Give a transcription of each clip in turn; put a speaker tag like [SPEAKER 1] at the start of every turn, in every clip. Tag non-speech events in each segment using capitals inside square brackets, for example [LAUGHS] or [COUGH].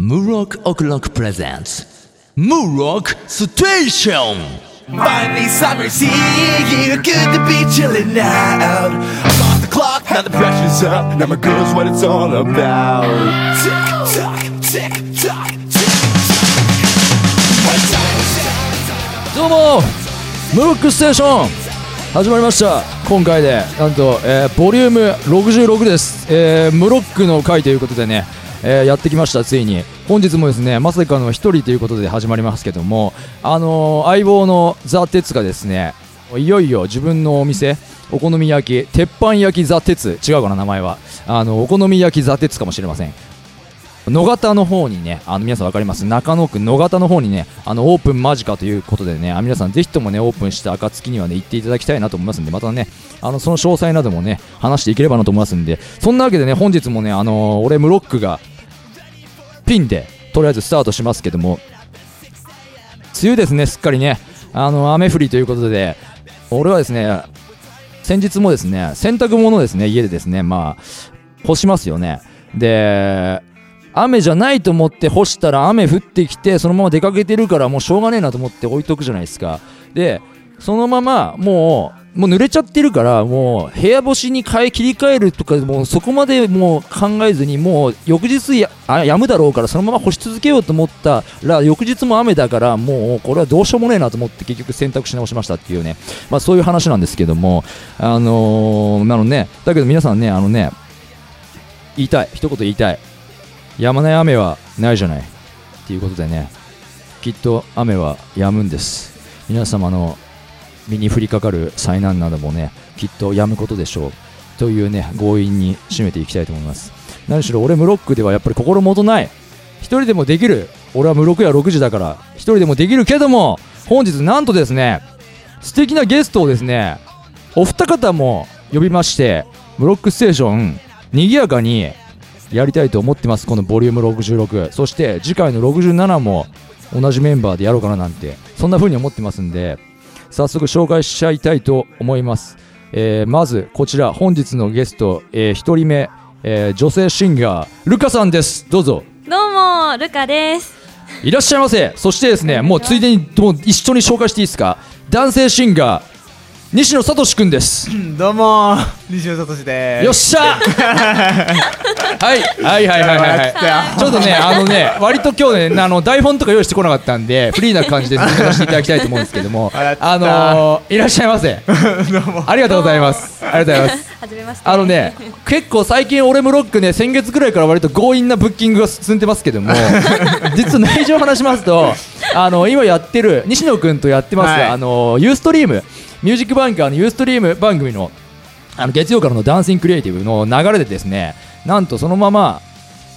[SPEAKER 1] Murok O'Clock presents Murok Station!
[SPEAKER 2] Finally, summer's here. Good to be chilling out. I'm off the clock, now the pressure's up. Now my girl's what it's all about. Tick tock, tick tock, tick tock.
[SPEAKER 3] どうもムロックステーション始まりました今回でなんと、えーボリューム66です、えームロックの回ということでね、えーやってきましたついに本日もですねまさかの一人ということで始まりますけどもあのー相棒のザ・テツがですねいよいよ自分のお店お好み焼き鉄板焼きザ・テツ違うかな名前はあのお好み焼きザ・テツかもしれません野方の方にね、あの皆さん分かります、中野区野方の方にね、あのオープン間近ということでね、あ皆さんぜひともね、オープンした暁にはね、行っていただきたいなと思いますんで、またね、あのその詳細などもね、話していければなと思いますんで、そんなわけでね、本日もね、あのー俺、ムロックがピンで、とりあえずスタートしますけども、梅雨ですね、すっかりね、あの雨降りということで、俺はですね、先日もですね、洗濯物をですね、家でですね、まあ、干しますよね。で、雨じゃないと思って干したら雨降ってきてそのまま出かけてるからもうしょうがねえなと思って置いとくじゃないですかでそのままもうもう濡れちゃってるからもう部屋干しに変え切り替えるとかもうそこまでもう考えずにもう翌日やあやむだろうからそのまま干し続けようと思ったら翌日も雨だからもうこれはどうしようもねえなと思って結局洗濯し直しましたっていうね、まあ、そういう話なんですけどもあのー、なのねだけど皆さんねあのね言いたい一言言いたい止まない雨はないじゃないっていうことでねきっと雨は止むんです皆様の身に降りかかる災難などもねきっと止むことでしょうというね強引に締めていきたいと思います何しろ俺ムロックではやっぱり心もとない一人でもできる俺はムロックや6時だから一人でもできるけども本日なんとですね素敵なゲストをですねお二方も呼びましてムロックステーション賑やかにやりたいと思ってますこのボリューム66そして次回の67も同じメンバーでやろうかななんてそんな風に思ってますんで早速紹介しちゃいたいと思います、えーまずこちら本日のゲスト、え1人目、えー女性シンガールカさんですどうぞ
[SPEAKER 4] どうも、ルカです。
[SPEAKER 3] いらっしゃいませそしてですねもうついでにもう一緒に紹介していいですか男性シンガー西野聡くんです
[SPEAKER 5] どうも西尾聡です
[SPEAKER 3] よっしゃ [LAUGHS] はいはいはいはいはい、はいちょっとね、 [LAUGHS] あのね、割と今日ね、あの台本とか用意してこなかったんで、フリーな感じで進めさせていただきたいと思うんですけども、
[SPEAKER 5] 笑った
[SPEAKER 3] あのー、いらっしゃいま
[SPEAKER 5] [LAUGHS]
[SPEAKER 3] せ。ありがとうございます。ありがとうございます。
[SPEAKER 4] はじめまして。
[SPEAKER 3] あのね、結構最近俺もロックね、先月ぐらいから割と強引なブッキングが進んでますけ
[SPEAKER 5] [LAUGHS]
[SPEAKER 3] ども、実は内情を話しますと、あの今やってる西野君とやってます、
[SPEAKER 5] はい
[SPEAKER 3] あのユーストリームミュージックバンカーのユーストリーム番組のあの月曜からのダンシングクリエイティブの流れでですね、なんとそのまま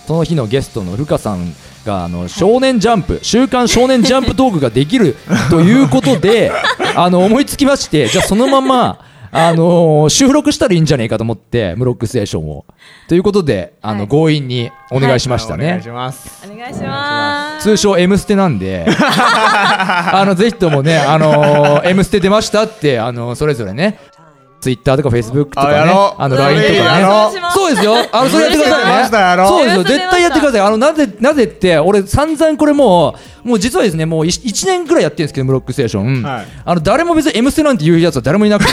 [SPEAKER 3] その日のゲストのルカさんがあの少年ジャンプ、週刊少年ジャンプトークができ
[SPEAKER 5] [LAUGHS]
[SPEAKER 3] るということで、あの思いつきまして、じゃあそのまま、あのー収録したらいいんじゃねえかと思って、ムロックステーションを。ということで、あの、
[SPEAKER 4] はい
[SPEAKER 3] 強引にお願いしました
[SPEAKER 5] お
[SPEAKER 3] ね
[SPEAKER 5] 願い。します
[SPEAKER 4] お願いします。
[SPEAKER 3] 通称 M ステなん
[SPEAKER 5] [LAUGHS]
[SPEAKER 3] で、あの、ぜひともね、あのー M ステ出ましたって、あのーそれぞれね、ツイッターとかフェイスブックとかね、
[SPEAKER 5] あやろう
[SPEAKER 3] あの、LINE と
[SPEAKER 5] いい
[SPEAKER 3] かね
[SPEAKER 5] や、
[SPEAKER 4] お
[SPEAKER 5] ろう
[SPEAKER 4] 願いします
[SPEAKER 3] そうですよ。あの、それやってくだ
[SPEAKER 5] やりました
[SPEAKER 3] さい
[SPEAKER 5] や
[SPEAKER 3] ね。
[SPEAKER 5] ろ
[SPEAKER 3] そうですよ。
[SPEAKER 4] やりました
[SPEAKER 3] 絶対やってください。あの、なぜ、なぜって、俺、散々これもう、もう実はですね、もうい1年くらいやってるんですけど、ブロックステーション。
[SPEAKER 5] はい
[SPEAKER 3] あの、誰も別に M ステなんて言うやつは誰もい
[SPEAKER 5] [LAUGHS]
[SPEAKER 3] なくて、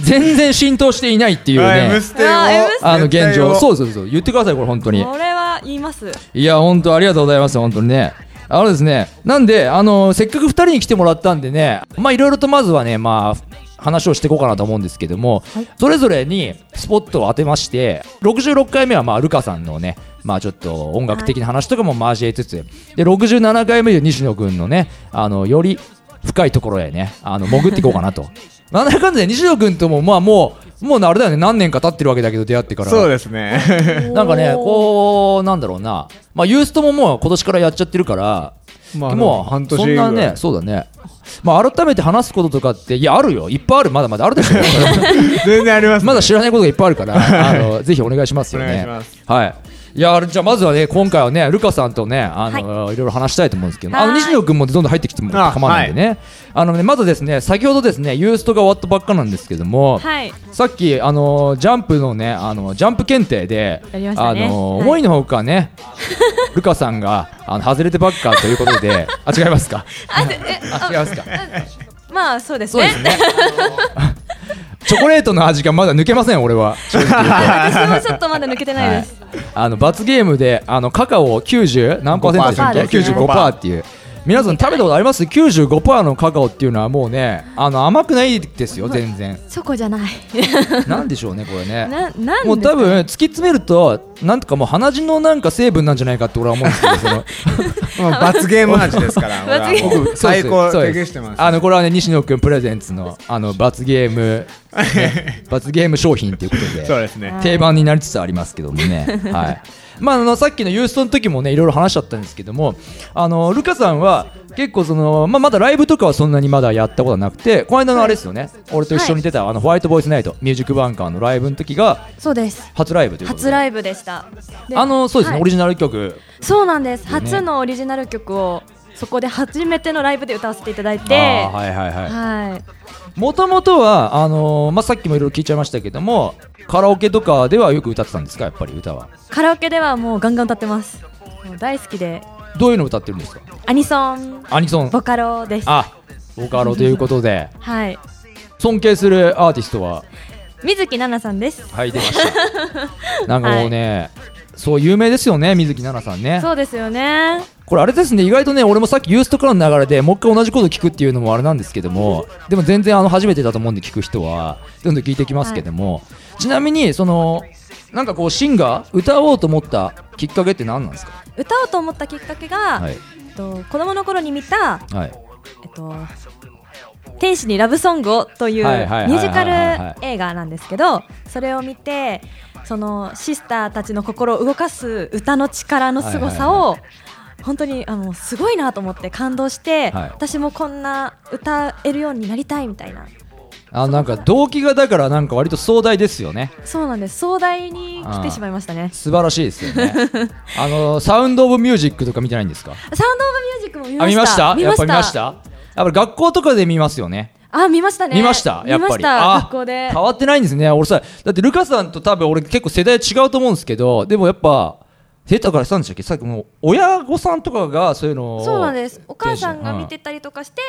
[SPEAKER 3] 全然浸透していないっていう
[SPEAKER 5] はい M
[SPEAKER 3] ね、
[SPEAKER 5] ステを
[SPEAKER 4] あ M ステ
[SPEAKER 3] あの、現状。そううそうそう。言ってください、これ、本当に。
[SPEAKER 4] これは言います。
[SPEAKER 3] いや、本当ありがとうございます、本当にね。あのですね、なんで、あのせっかく2人に来てもらったんでね、まあ、いろいろとまずはね、まあ、話をしていこうかなと思うんですけども、それぞれにスポットを当てまして、66回目は、まあ、ルカさんのね、まあ、ちょっと音楽的な話とかも交えつつ、で、67回目で西野君のね、あの、より深いところへね、あの、潜っていこうかな
[SPEAKER 5] [LAUGHS]
[SPEAKER 3] と。なんだかんだで西野君とも、まあ、もう、もうあれだよね、何年か経ってるわけだけど、出会ってから。
[SPEAKER 5] そうですね [LAUGHS]
[SPEAKER 3] なんかね、こう、なんだろうな、まあ、ユーストももう今年からやっちゃってるから、
[SPEAKER 5] まあ
[SPEAKER 3] もう
[SPEAKER 5] 半年
[SPEAKER 3] そんな
[SPEAKER 5] ぐら
[SPEAKER 3] ね、
[SPEAKER 5] い
[SPEAKER 3] そうだね、まあ、改めて話すこととかって、いや、あるよ、いっぱいある、まだまだあるでしょ、 [LAUGHS]
[SPEAKER 5] 全然ありますね
[SPEAKER 3] まだ知らないことがいっぱいあるから、あのぜひお願いしますよね。
[SPEAKER 5] お願いします
[SPEAKER 3] はいいやーじゃあまずはね今回はねルカさんとねあの、い、ろいろ話したいと思うんですけどあの
[SPEAKER 4] はい
[SPEAKER 3] 西野君もどんどん入ってきても
[SPEAKER 5] あ
[SPEAKER 3] 構わないんでねあ、のねまずですね先ほどですねユーストが終わったばっかなんですけども、
[SPEAKER 4] はい。
[SPEAKER 3] さっきあのジャンプのねあのジャンプ検定で
[SPEAKER 4] やりましたね
[SPEAKER 3] あの
[SPEAKER 4] はい
[SPEAKER 3] 思いのほか
[SPEAKER 4] [LAUGHS]
[SPEAKER 3] ねルカさんがあの外れてばっかということ
[SPEAKER 4] [LAUGHS]
[SPEAKER 3] であ違いますか
[SPEAKER 4] あ、でえ、
[SPEAKER 3] あ違いますか
[SPEAKER 4] まあそうです
[SPEAKER 3] そう
[SPEAKER 4] ね。
[SPEAKER 3] ですねチョコレートの味がまだ抜けません俺は
[SPEAKER 4] [LAUGHS] 私もちょっとまだ抜けてないです。
[SPEAKER 3] あの罰ゲームであのカカオ90何パーセントでしたっけ
[SPEAKER 4] 5%ですね
[SPEAKER 3] 95%っていう皆さん食べたことあります95%のカカオっていうのはもうねあの甘くないですよ全然
[SPEAKER 4] チョコじゃない。
[SPEAKER 3] なんでしょうねこれね
[SPEAKER 4] [LAUGHS] な、なん
[SPEAKER 3] もう
[SPEAKER 4] です
[SPEAKER 3] 多
[SPEAKER 4] か
[SPEAKER 3] 分突き詰めるとなんとかもう鼻血のなんか成分なんじゃないかって俺は思うんですけどその
[SPEAKER 5] まあ罰ゲーム味で
[SPEAKER 4] [LAUGHS]
[SPEAKER 5] すから俺はもう
[SPEAKER 3] そうです
[SPEAKER 5] 最高
[SPEAKER 3] そうで
[SPEAKER 5] 提
[SPEAKER 3] す
[SPEAKER 5] 言してます
[SPEAKER 3] あのこれはね西野君プレゼンツのあの罰ゲー
[SPEAKER 5] [LAUGHS]
[SPEAKER 3] ム、ね罰ゲーム商品ということで
[SPEAKER 5] そうですね
[SPEAKER 3] 定番になりつつありますけどもね、
[SPEAKER 5] [LAUGHS]
[SPEAKER 3] はいまあ、あのさっきのユーストの時もねいろいろ話しちゃったんですけどもあのルカさんは結構その、まあ、まだライブとかはそんなにまだやったことはなくてこの間のあれですよね、俺と一緒に出た、あのホワイトボイスナイトミュージックバンカーのライブの時が
[SPEAKER 4] そうです。
[SPEAKER 3] 初ライブということで
[SPEAKER 4] 初ライブでした。で
[SPEAKER 3] あのそうですね、
[SPEAKER 4] はい
[SPEAKER 3] オリジナル曲
[SPEAKER 4] そうなんです。
[SPEAKER 3] よね
[SPEAKER 4] 初のオリジナル曲をそこで初めてのライブで歌わせていただいて、
[SPEAKER 3] あー
[SPEAKER 4] は。
[SPEAKER 3] はいはいはいいもともとはあのーまあ、さっきもいろいろ聞いちゃいましたけどもカラオケとかではよく歌ってたんですかやっぱり歌は
[SPEAKER 4] カラオケではもうガンガン歌ってます。もう大好きで、
[SPEAKER 3] どういうの歌ってるんですか
[SPEAKER 4] アニソン、
[SPEAKER 3] アニソン
[SPEAKER 4] ボカロです。
[SPEAKER 3] あボカロということで
[SPEAKER 4] はい。
[SPEAKER 3] 尊敬するアーティストは
[SPEAKER 4] 水木奈々さんです。
[SPEAKER 3] はい出ましたなんかもうね、そう有名ですよね水木奈々さんね
[SPEAKER 4] そうですよね。
[SPEAKER 3] これあれですね意外とね俺もさっきユーストからの流れでもう一回同じこと聞くっていうのもあれなんですけどもでも全然あの初めてだと思うんで聞く人はどんどん聞いてきますけども、ちなみにそのなんかこうシンガー歌おうと思ったきっかけって何なんですか
[SPEAKER 4] 歌おうと思ったきっかけが、
[SPEAKER 3] はい
[SPEAKER 4] えっと子供の頃に見
[SPEAKER 3] は
[SPEAKER 4] た
[SPEAKER 3] い
[SPEAKER 4] えっと、天使にラブソングをというミ
[SPEAKER 3] はいはいはいはいはい
[SPEAKER 4] ュージカル映画なんですけどそれを見てそのシスターたちの心を動かす歌の力の凄さ
[SPEAKER 3] はい
[SPEAKER 4] を本当にあのすごいなと思って感動して、
[SPEAKER 3] はい
[SPEAKER 4] 私もこんな歌えるようになりたいみたいな
[SPEAKER 3] あなんか動機がだからなんか割と壮大ですよね
[SPEAKER 4] そうなんです壮大に来てしまいましたね。
[SPEAKER 3] 素晴らしいですよ [LAUGHS] ねあのサウンド・オブ・ミュージックとか見てないんですか
[SPEAKER 4] サウンドオブミュージックも見
[SPEAKER 3] あ
[SPEAKER 4] ま
[SPEAKER 3] 見まし
[SPEAKER 4] したた。
[SPEAKER 3] やっぱ見ましたやっぱり学校とかで見ますよね
[SPEAKER 4] あ、見ましたね。
[SPEAKER 3] 見ましたやっぱ
[SPEAKER 4] 見ま
[SPEAKER 3] り
[SPEAKER 4] した
[SPEAKER 3] あ
[SPEAKER 4] 学校で
[SPEAKER 3] 変。わってないんですね俺さだってルカさんと多分俺結構世代違うと思うんですけどでもやっぱ出たからしたんでしたっけさっきもう親御さんとかがそういうのを
[SPEAKER 4] そうなんです。お母さんが見てたりとかして、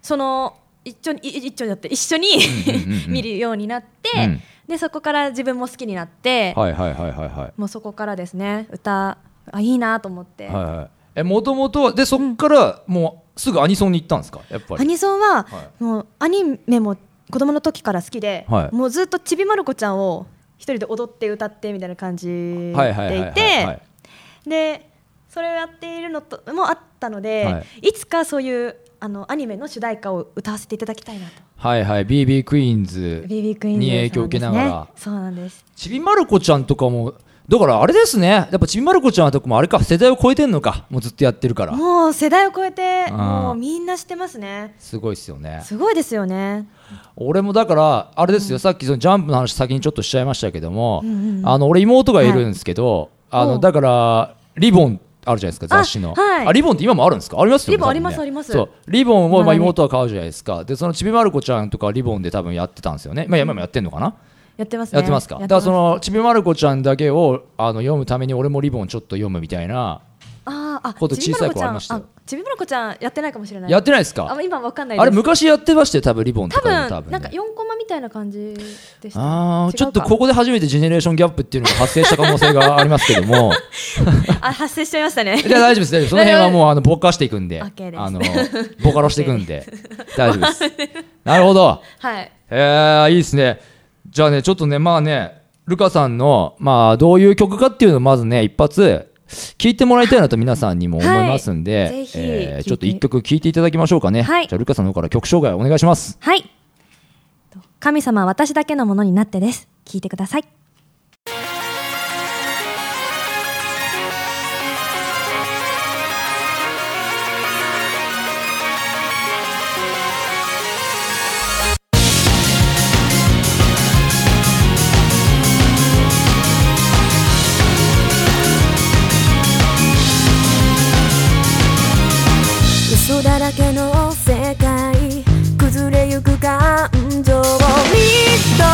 [SPEAKER 4] その一緒にい一緒にやって一緒に
[SPEAKER 3] うんうんうん
[SPEAKER 4] [LAUGHS] 見るようになって、
[SPEAKER 3] うん
[SPEAKER 4] でそこから自分も好きになって、
[SPEAKER 3] はいはいはいはいはい
[SPEAKER 4] もうそこからですね歌あいいなと思って、
[SPEAKER 3] はいはいえもともとはでそっからもうすぐアニソンに行ったんですかやっぱ
[SPEAKER 4] ア
[SPEAKER 3] り
[SPEAKER 4] ニソンは、
[SPEAKER 3] は
[SPEAKER 4] もうアニメも子供の時から好きで、
[SPEAKER 3] はい
[SPEAKER 4] もうずっとちびまる子ちゃんを一人で踊って歌ってみたいな感じでい
[SPEAKER 3] はいはいはいはいは
[SPEAKER 4] て
[SPEAKER 3] い
[SPEAKER 4] でそれをやっているのともあったので、、
[SPEAKER 3] はい
[SPEAKER 4] つかそういうあのアニメの主題歌を歌わせていただきたいなと。
[SPEAKER 3] はいはい BB クイーンズ
[SPEAKER 4] BB クイーンズ
[SPEAKER 3] に影響を受けながら
[SPEAKER 4] さんですねそうなんです
[SPEAKER 3] ちびまる子ちゃんとかもだからあれですねやっぱちびまる子ちゃんとかもあれか世代を超えてんのかもうずっとやってるから
[SPEAKER 4] もう世代を超えて
[SPEAKER 3] うん
[SPEAKER 4] もうみんな知ってますね
[SPEAKER 3] すごいっすよね
[SPEAKER 4] すごいですよね
[SPEAKER 3] 俺もだからあれですよ、さっきそのジャンプの話先にちょっとしちゃいましたけども、
[SPEAKER 4] んうんうん
[SPEAKER 3] あの俺妹がいるんですけど、
[SPEAKER 4] い
[SPEAKER 3] あ
[SPEAKER 4] お
[SPEAKER 3] の
[SPEAKER 4] う
[SPEAKER 3] だからリボンあるじゃないですか
[SPEAKER 4] あ
[SPEAKER 3] 雑誌の
[SPEAKER 4] はい
[SPEAKER 3] リボンって今もあるんですかありますよね
[SPEAKER 4] リボン
[SPEAKER 3] 多分ね
[SPEAKER 4] ありますあります
[SPEAKER 3] そうリボンをまあ
[SPEAKER 4] はい
[SPEAKER 3] 妹は買うじゃないですかでそのちびまる子ちゃんとかリボンで多分やってたんですよねまあ今もやってんのかな、
[SPEAKER 4] やってますね
[SPEAKER 3] やってますかだからそのちびまる子ちゃんだけをあの読むために俺もリボンちょっと読むみたいな
[SPEAKER 4] あーあ
[SPEAKER 3] こと
[SPEAKER 4] ちびまる子ち
[SPEAKER 3] 小さい頃あ
[SPEAKER 4] ゃん
[SPEAKER 3] りましたよ
[SPEAKER 4] あちびまる子ちゃんやってないかもしれない
[SPEAKER 3] やってないですか
[SPEAKER 4] あ今わかんないです
[SPEAKER 3] あれ昔やってましたよ多分リボンと
[SPEAKER 4] 多
[SPEAKER 3] かでも
[SPEAKER 4] 分
[SPEAKER 3] 多分ね
[SPEAKER 4] なんか四コマみたいな感じでした
[SPEAKER 3] あ
[SPEAKER 4] 違
[SPEAKER 3] あ
[SPEAKER 4] うか
[SPEAKER 3] ちょっとここで初めてジェネレーションギャップっていうのが発生した可能性がありますけど
[SPEAKER 4] [LAUGHS]
[SPEAKER 3] も
[SPEAKER 4] あ発生しちゃいましたね
[SPEAKER 3] いや大丈夫です大丈夫ですその辺はもうあのぼっかしていくんで
[SPEAKER 4] OK です
[SPEAKER 3] あのボカロしていくん
[SPEAKER 4] [LAUGHS]
[SPEAKER 3] で大丈夫ですなるほど
[SPEAKER 4] はい
[SPEAKER 3] えー、いいですねじゃあねちょっとねまあねルカさんのまあどういう曲かっていうのをまずね一発聞いてもらいたいなと皆さんにも思いますんで、
[SPEAKER 4] はいぜひ
[SPEAKER 3] え
[SPEAKER 4] 聞い
[SPEAKER 3] ー
[SPEAKER 4] て
[SPEAKER 3] ちょっと一曲聴いていただきましょうかね、
[SPEAKER 4] はい
[SPEAKER 3] じゃあルカさんの方から曲紹介お願いします
[SPEAKER 4] はい神様は私だけのものになってです聞いてください
[SPEAKER 6] 「傷だらけの世界崩れゆく感情を二度と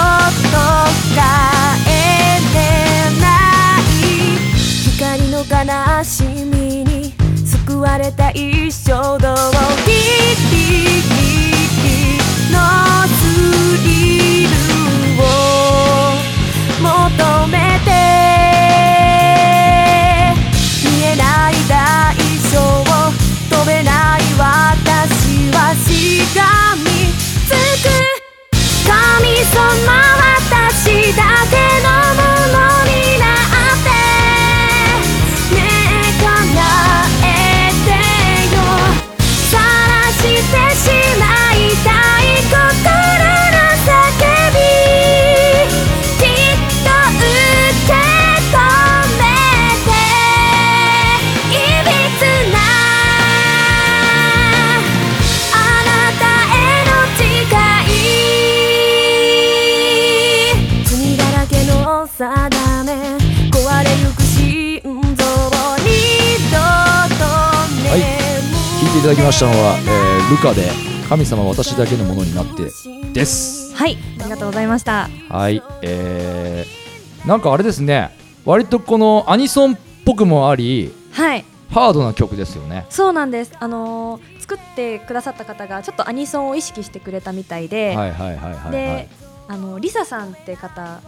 [SPEAKER 6] 変えれない光の悲しみに救われた一生堂をギリギリのスリルを求めて見えない代償飛べない私はしがみつく神様私だけのものになってねえ叶えてよさらしてしまいたい心の叫びきっと受け止めていびつなあなたへの誓い罪だらけの定め壊れゆく心臓を二度と
[SPEAKER 3] はい
[SPEAKER 6] 聞
[SPEAKER 3] 聴いていただきましたのは、えールカで「神様は私だけのものになって」です
[SPEAKER 4] はいありがとうございました
[SPEAKER 3] はいえー、なんかあれですね割とこのアニソンっぽくもあり
[SPEAKER 4] はい
[SPEAKER 3] ハードな曲ですよね
[SPEAKER 4] そうなんですあのー作ってくださった方がちょっとアニソンを意識してくれたみたいで、
[SPEAKER 3] はいはいはいはい
[SPEAKER 4] で、
[SPEAKER 3] はい
[SPEAKER 4] あのリサさんって方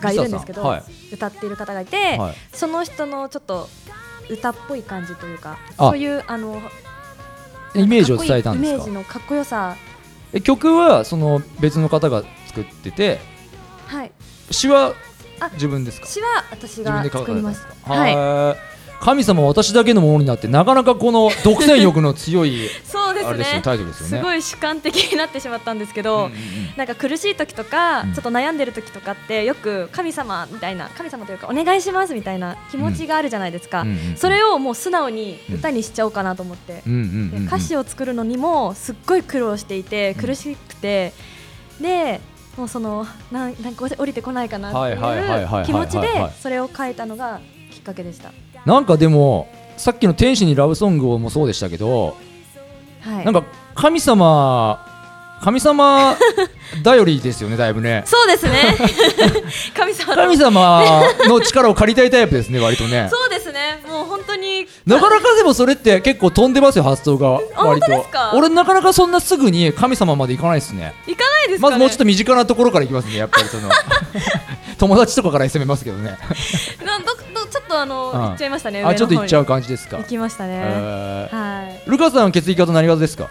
[SPEAKER 4] がいるんですけど、
[SPEAKER 3] リサさんは
[SPEAKER 4] 歌っている方がいて、
[SPEAKER 3] はい
[SPEAKER 4] その人のちょっと歌っぽい感じというか
[SPEAKER 3] あ
[SPEAKER 4] そういうあの
[SPEAKER 3] イメージを伝えたんです
[SPEAKER 4] かっこいいイメージ
[SPEAKER 3] か
[SPEAKER 4] のかっこよさ
[SPEAKER 3] え曲はその別の方が作ってて
[SPEAKER 4] はい
[SPEAKER 3] 詩は
[SPEAKER 4] あ
[SPEAKER 3] 自分ですか
[SPEAKER 4] 詩は私
[SPEAKER 3] 自分
[SPEAKER 4] が
[SPEAKER 3] で書か
[SPEAKER 4] 作
[SPEAKER 3] れ
[SPEAKER 4] り
[SPEAKER 3] たんで
[SPEAKER 4] ますす
[SPEAKER 3] か
[SPEAKER 4] はい、
[SPEAKER 3] はい神様は私だけのものになってなかなかこの独占欲の強い
[SPEAKER 4] そう [LAUGHS] で
[SPEAKER 3] あ
[SPEAKER 4] す
[SPEAKER 3] れですよ
[SPEAKER 4] ね
[SPEAKER 3] タイトルですよね
[SPEAKER 4] すごい主観的になってしまったんですけど、
[SPEAKER 3] うんうんうん
[SPEAKER 4] なんか苦しい時とか、
[SPEAKER 3] うん
[SPEAKER 4] ちょっと悩んでる時とかってよく神様みたいな神様というかお願いしますみたいな気持ちがあるじゃないですか、
[SPEAKER 3] うんうんうん
[SPEAKER 4] それをもう素直に歌にしちゃおうかなと思って、
[SPEAKER 3] うんうんうんう
[SPEAKER 4] で
[SPEAKER 3] ん
[SPEAKER 4] 歌詞を作るのにもすっごい苦労していて
[SPEAKER 3] うん
[SPEAKER 4] 苦しくて、でもうそのなんなんか降りてこないかなって
[SPEAKER 3] はいはいはいはいはいはい
[SPEAKER 4] いう気持ちでそれを書いたのがきっかけでした。
[SPEAKER 3] なんかでもさっきの「天使にラブソング」もそうでしたけど
[SPEAKER 4] はい、
[SPEAKER 3] なんか神様神様頼りですよねだいぶね
[SPEAKER 4] そうです
[SPEAKER 3] [LAUGHS]
[SPEAKER 4] ね神様の
[SPEAKER 3] 神様の力を借りたいタイプですね割とね
[SPEAKER 4] そうですねもう本当に
[SPEAKER 3] なかなかでもそれって結構飛んでますよ発想が
[SPEAKER 4] あ
[SPEAKER 3] 割
[SPEAKER 4] 本当で
[SPEAKER 3] と
[SPEAKER 4] すか
[SPEAKER 3] 俺なかなかそんなすぐに神様までいかないですね
[SPEAKER 4] いかないですか
[SPEAKER 3] ま
[SPEAKER 4] ね
[SPEAKER 3] ずもうちょっと身近なところからいきますねやっぱりそ
[SPEAKER 4] [LAUGHS]
[SPEAKER 3] の友達とかから攻めますけどね
[SPEAKER 4] なんどどちょっとあの、
[SPEAKER 3] うん
[SPEAKER 4] 行っちゃいましたね。
[SPEAKER 3] あちょっといっちゃ
[SPEAKER 4] う。
[SPEAKER 3] う感じですか
[SPEAKER 4] 行きました
[SPEAKER 3] え
[SPEAKER 4] ね。
[SPEAKER 3] ー
[SPEAKER 4] はい。
[SPEAKER 3] ルカさんは血液型何型ですか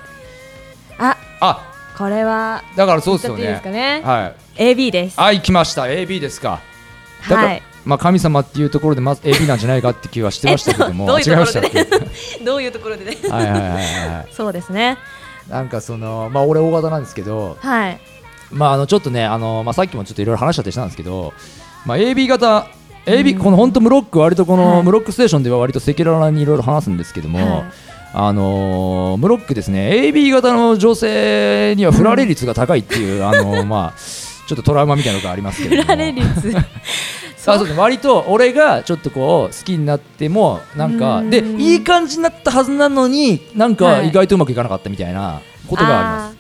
[SPEAKER 4] あ、
[SPEAKER 3] あ
[SPEAKER 4] これは
[SPEAKER 3] だからそう
[SPEAKER 4] 言っ
[SPEAKER 3] です
[SPEAKER 4] ちゃ
[SPEAKER 3] よ
[SPEAKER 4] っていいです
[SPEAKER 3] ね
[SPEAKER 4] かね。
[SPEAKER 3] はい
[SPEAKER 4] AB です。
[SPEAKER 3] あ、行きました。AB ですか。だから、
[SPEAKER 4] はい。
[SPEAKER 3] まあ神様っていうところでまず AB なんじゃないかって気はしてましたけども、
[SPEAKER 4] [LAUGHS] えっとどうい
[SPEAKER 3] 違いま
[SPEAKER 4] うとこ
[SPEAKER 3] した
[SPEAKER 4] ろ
[SPEAKER 3] っけ
[SPEAKER 4] で [LAUGHS] どういうところでね。
[SPEAKER 3] はいはいはいはい。
[SPEAKER 4] そうですね。
[SPEAKER 3] なんかそのまあ俺大型なんですけど、
[SPEAKER 4] はい。
[SPEAKER 3] まああのちょっとねあのまあさっきもちょっといろいろ話しちゃってしたんですけど、まあ AB 型 AB この本当ムロック割とこ
[SPEAKER 4] は
[SPEAKER 3] の
[SPEAKER 4] い
[SPEAKER 3] ムロックステーションでは割と赤裸々にいろいろ話すんですけども。
[SPEAKER 4] はい
[SPEAKER 3] あのームロックですね AB 型の女性には振られ率が高いっていう、あのーまあちょっとトラウマみたいなのがありますけ
[SPEAKER 4] 振
[SPEAKER 3] れども
[SPEAKER 4] られ率。
[SPEAKER 3] あそうです割と俺がちょっとこう好きになってもなんか
[SPEAKER 4] うん
[SPEAKER 3] でいい感じになったはずなのになんか
[SPEAKER 4] はい
[SPEAKER 3] 意外とうまくいかなかったみたいなことがあります。
[SPEAKER 4] あー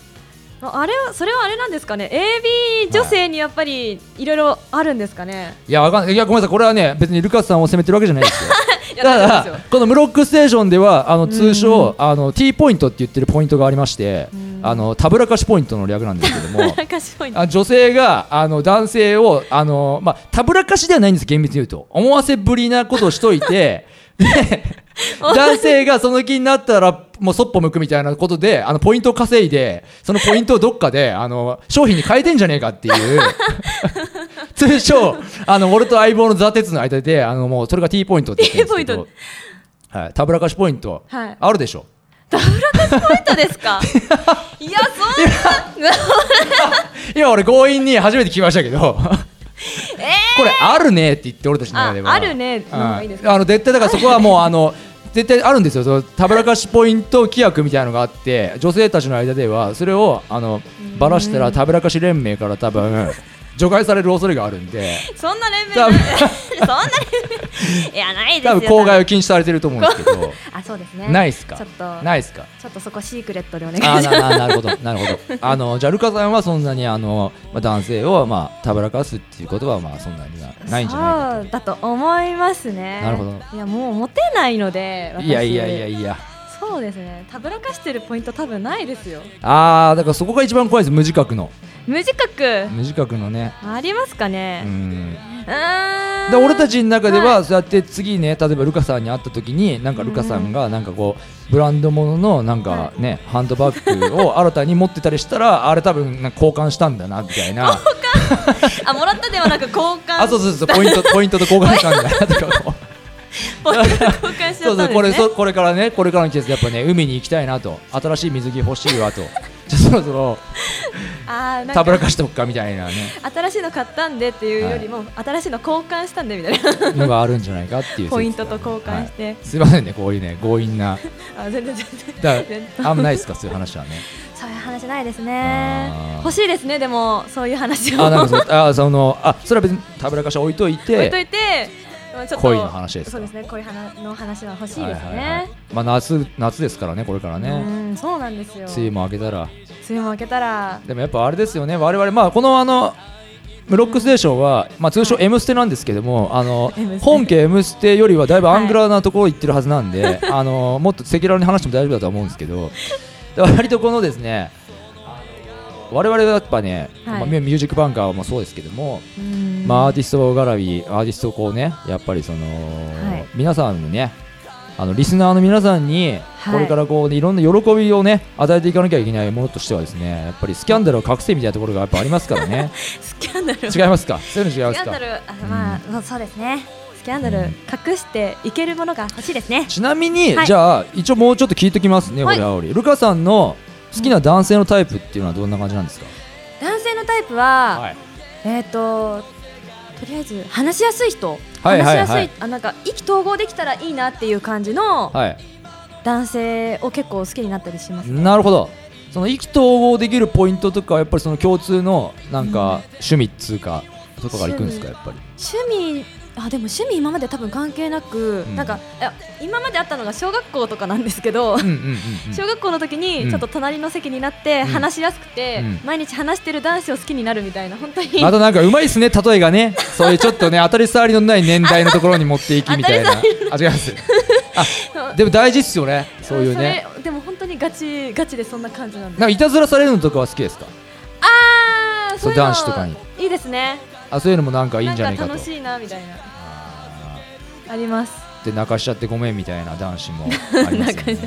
[SPEAKER 4] まああれはそれはあれなんですかね。AB 女性にやっぱりいろいろあるんですかね。
[SPEAKER 3] いやわかんないいやごめんなさいこれはね別にルカスさんを責めてるわけじゃないですよ。
[SPEAKER 4] い
[SPEAKER 3] た
[SPEAKER 4] [LAUGHS] や大丈夫
[SPEAKER 3] だ
[SPEAKER 4] ですよ
[SPEAKER 3] この「ムロックステーション」ではあの通称あの T ポイントって言ってるポイントがありまして
[SPEAKER 4] ん。
[SPEAKER 3] あのたぶらかしポイントの略なんですけども
[SPEAKER 4] [LAUGHS] なんかすごいね。
[SPEAKER 3] あ女性があの男性をあの、まあ、たぶらかしではないんです厳密に言うと思わせぶりなことをしといて
[SPEAKER 4] [LAUGHS]
[SPEAKER 3] で男性がその気になったらもうそっぽ向くみたいなことであのポイントを稼いでそのポイントをどっかであの商品に変えてんじゃねえかって
[SPEAKER 4] [LAUGHS]
[SPEAKER 3] いう通称あの俺と相棒の座鉄の間であのもうそれが T ポイントって言ってるんですけ
[SPEAKER 4] T ポイン
[SPEAKER 3] ど、はい、たぶらかしポイント、
[SPEAKER 4] はい
[SPEAKER 3] あるでしょ
[SPEAKER 4] ポイントですか。いやそんな。
[SPEAKER 3] 今俺強引に初めて聞きましたけど
[SPEAKER 4] えー
[SPEAKER 3] これあるねって言って俺たちの中では
[SPEAKER 4] [LAUGHS] ああるねの方がいいですか
[SPEAKER 3] うんあの絶対だからそこはもうあ
[SPEAKER 4] [LAUGHS]
[SPEAKER 3] の絶対あるんですよそのたぶらかしポイント規約みたいなのがあって女性たちの間ではそれをあのばらしたらたぶらかし連盟から多分除外される恐れがあるんで
[SPEAKER 4] そんなレベルない [LAUGHS] そんなレベルい [LAUGHS] やないです
[SPEAKER 3] 多
[SPEAKER 4] よ
[SPEAKER 3] 分公害を禁止されてると思うんですけど
[SPEAKER 4] あそうですね
[SPEAKER 3] ないっすか
[SPEAKER 4] ちょっと
[SPEAKER 3] ないっすか
[SPEAKER 4] [LAUGHS] ちょっとそこシークレットでお願いし
[SPEAKER 3] あ
[SPEAKER 4] ま
[SPEAKER 3] ー
[SPEAKER 4] す
[SPEAKER 3] なななるほどなるほどあのじゃあルカさんはそんなにあの、まあ、男性をまあたぶらかすっていうことはまあそんなにはないんじゃないか
[SPEAKER 4] そうだと思いますね
[SPEAKER 3] なるほど
[SPEAKER 4] いやもうモテないので
[SPEAKER 3] と
[SPEAKER 4] 私
[SPEAKER 3] いやいやいやいや
[SPEAKER 4] そうですねたぶらかしてるポイント多分ないですよ
[SPEAKER 3] あーだからそこが一番怖いです無自覚の
[SPEAKER 4] 無自覚
[SPEAKER 3] 無自覚のね
[SPEAKER 4] ありますかね
[SPEAKER 3] う、ん
[SPEAKER 4] うーん
[SPEAKER 3] で俺たちの中ではそうやって次ね例えばルカさんに会った時になんかルカさんがなんかこうブランドもののなんかねハンドバッグを新たに持ってたりした [LAUGHS] らあれ多分なんか交換したんだなみたい [LAUGHS] な
[SPEAKER 4] あもらったではなく交換
[SPEAKER 3] あそうそうそうポ [LAUGHS] イントポイントと交換したんだなと [LAUGHS] か
[SPEAKER 4] ポイント交換しち
[SPEAKER 3] そ
[SPEAKER 4] ゃ
[SPEAKER 3] うそ
[SPEAKER 4] ったんですね
[SPEAKER 3] うこれそこれからねこれからの季節やっぱね海に行きたいなと新しい水着欲しいわ [LAUGHS] とじゃあそろそろ
[SPEAKER 4] あーなん
[SPEAKER 3] たぶら
[SPEAKER 4] か
[SPEAKER 3] かしておくかみたいなね
[SPEAKER 4] 新しいの買ったんでっていうよりも、新しいの交換したんでみたいな [LAUGHS]
[SPEAKER 3] のがあるんじゃないかっていう説
[SPEAKER 4] ポイントと交換して
[SPEAKER 3] はいすいませんねこういうね強引な
[SPEAKER 4] あ全然全
[SPEAKER 3] だ
[SPEAKER 4] 然
[SPEAKER 3] か
[SPEAKER 4] 全然
[SPEAKER 3] らあんまないですかそういう話はね [LAUGHS]
[SPEAKER 4] そういう話ないです
[SPEAKER 3] あ
[SPEAKER 4] ね
[SPEAKER 3] ー
[SPEAKER 4] 欲しいですねでもそういう話を
[SPEAKER 3] あなんかそうあそのあそれは別にたぶらかしは置いといて
[SPEAKER 4] 置いといて、まあちょっと
[SPEAKER 3] 恋の話ですか
[SPEAKER 4] そうですね恋花の話は欲しい
[SPEAKER 3] は
[SPEAKER 4] で
[SPEAKER 3] い
[SPEAKER 4] すね、
[SPEAKER 3] はいはいまあ夏夏ですからねこれからね
[SPEAKER 4] うんそうなんですよ
[SPEAKER 3] 梅雨
[SPEAKER 4] 梅
[SPEAKER 3] も明けたら
[SPEAKER 4] 雨も明けたら
[SPEAKER 3] でもやっぱあれですよね我々まあこのあのムロックステーションは、まあ、通称「M ステ」なんですけどもあの
[SPEAKER 4] M ステ
[SPEAKER 3] 本家「M ステ」よりはだいぶアングラなところ行ってるはずなんで、
[SPEAKER 4] [LAUGHS]
[SPEAKER 3] あのもっと赤裸々に話しても大丈夫だと思うんですけどで割とこのですね我々はやっぱね、
[SPEAKER 4] はい
[SPEAKER 3] まあ、ミュージックバンカーもそうですけども、
[SPEAKER 4] うん
[SPEAKER 3] まあ、アーティスト絡みアーティストをこうねやっぱりその、
[SPEAKER 4] い
[SPEAKER 3] 皆さんのねあのリスナーの皆さんに
[SPEAKER 4] はい
[SPEAKER 3] これからこう、ねいろんな喜びをね与えていかなきゃいけないものとしてはですねやっぱりスキャンダルを隠せみたいなところがやっぱありますから
[SPEAKER 4] [LAUGHS]
[SPEAKER 3] ね
[SPEAKER 4] スキャンダル
[SPEAKER 3] 違いますかそういうの違いま
[SPEAKER 4] スキ
[SPEAKER 3] す
[SPEAKER 4] ャン
[SPEAKER 3] か
[SPEAKER 4] ダルあまあ、そうそうですねスキャンダル隠していけるものが欲しいですね
[SPEAKER 3] ちなみに、
[SPEAKER 4] はい
[SPEAKER 3] じゃあ一応もうちょっと聞いときますね、
[SPEAKER 4] はい
[SPEAKER 3] これ青りルカさんの好きな男性のタイプっていうのはどんな感じなんですか、
[SPEAKER 4] 男性のタイプは、
[SPEAKER 3] はい
[SPEAKER 4] えっ、ととりあえず話しやすい人、
[SPEAKER 3] はいはいはい
[SPEAKER 4] 話しやすいあなんか意気投合できたらいいなっていう感じの
[SPEAKER 3] はい、
[SPEAKER 4] 男性を結構好きになったりします、
[SPEAKER 3] なるほどその意気投合できるポイントとかやっぱりその共通のなんか趣味っつうか、とかからいくんですかやっぱり
[SPEAKER 4] 趣味あでも趣味今まで多分関係な
[SPEAKER 3] う
[SPEAKER 4] く、
[SPEAKER 3] ん
[SPEAKER 4] なんかいや今まであったのが小学校とかなんですけど、
[SPEAKER 3] うんうんうんうん
[SPEAKER 4] [LAUGHS] 小学校の時
[SPEAKER 3] うん
[SPEAKER 4] にちょっと隣の席になって
[SPEAKER 3] うん
[SPEAKER 4] 話しやすくて、
[SPEAKER 3] うん
[SPEAKER 4] 毎日話してる男子を好きになるみたいな本当に
[SPEAKER 3] あとなんかうまいっすね例えがねそういうちょっとね当たり障りのない年代のところに持っていきみたいなあ違いますあでも大事っすよねそういうね
[SPEAKER 4] [LAUGHS] それでも本当にガチガチでそんな感じなんです
[SPEAKER 3] なんかいたずらされるのとかは好きですか
[SPEAKER 4] あー
[SPEAKER 3] そう
[SPEAKER 4] そういうの
[SPEAKER 3] 男子とかに
[SPEAKER 4] いいですね
[SPEAKER 3] あそういうのもなんかいいんじゃないか
[SPEAKER 4] ん
[SPEAKER 3] と
[SPEAKER 4] 楽しいなみたいなあります
[SPEAKER 3] で泣かしちゃってごめんみたいな男子もあ
[SPEAKER 4] [LAUGHS]
[SPEAKER 3] りますよ
[SPEAKER 4] 泣か
[SPEAKER 3] ね
[SPEAKER 4] し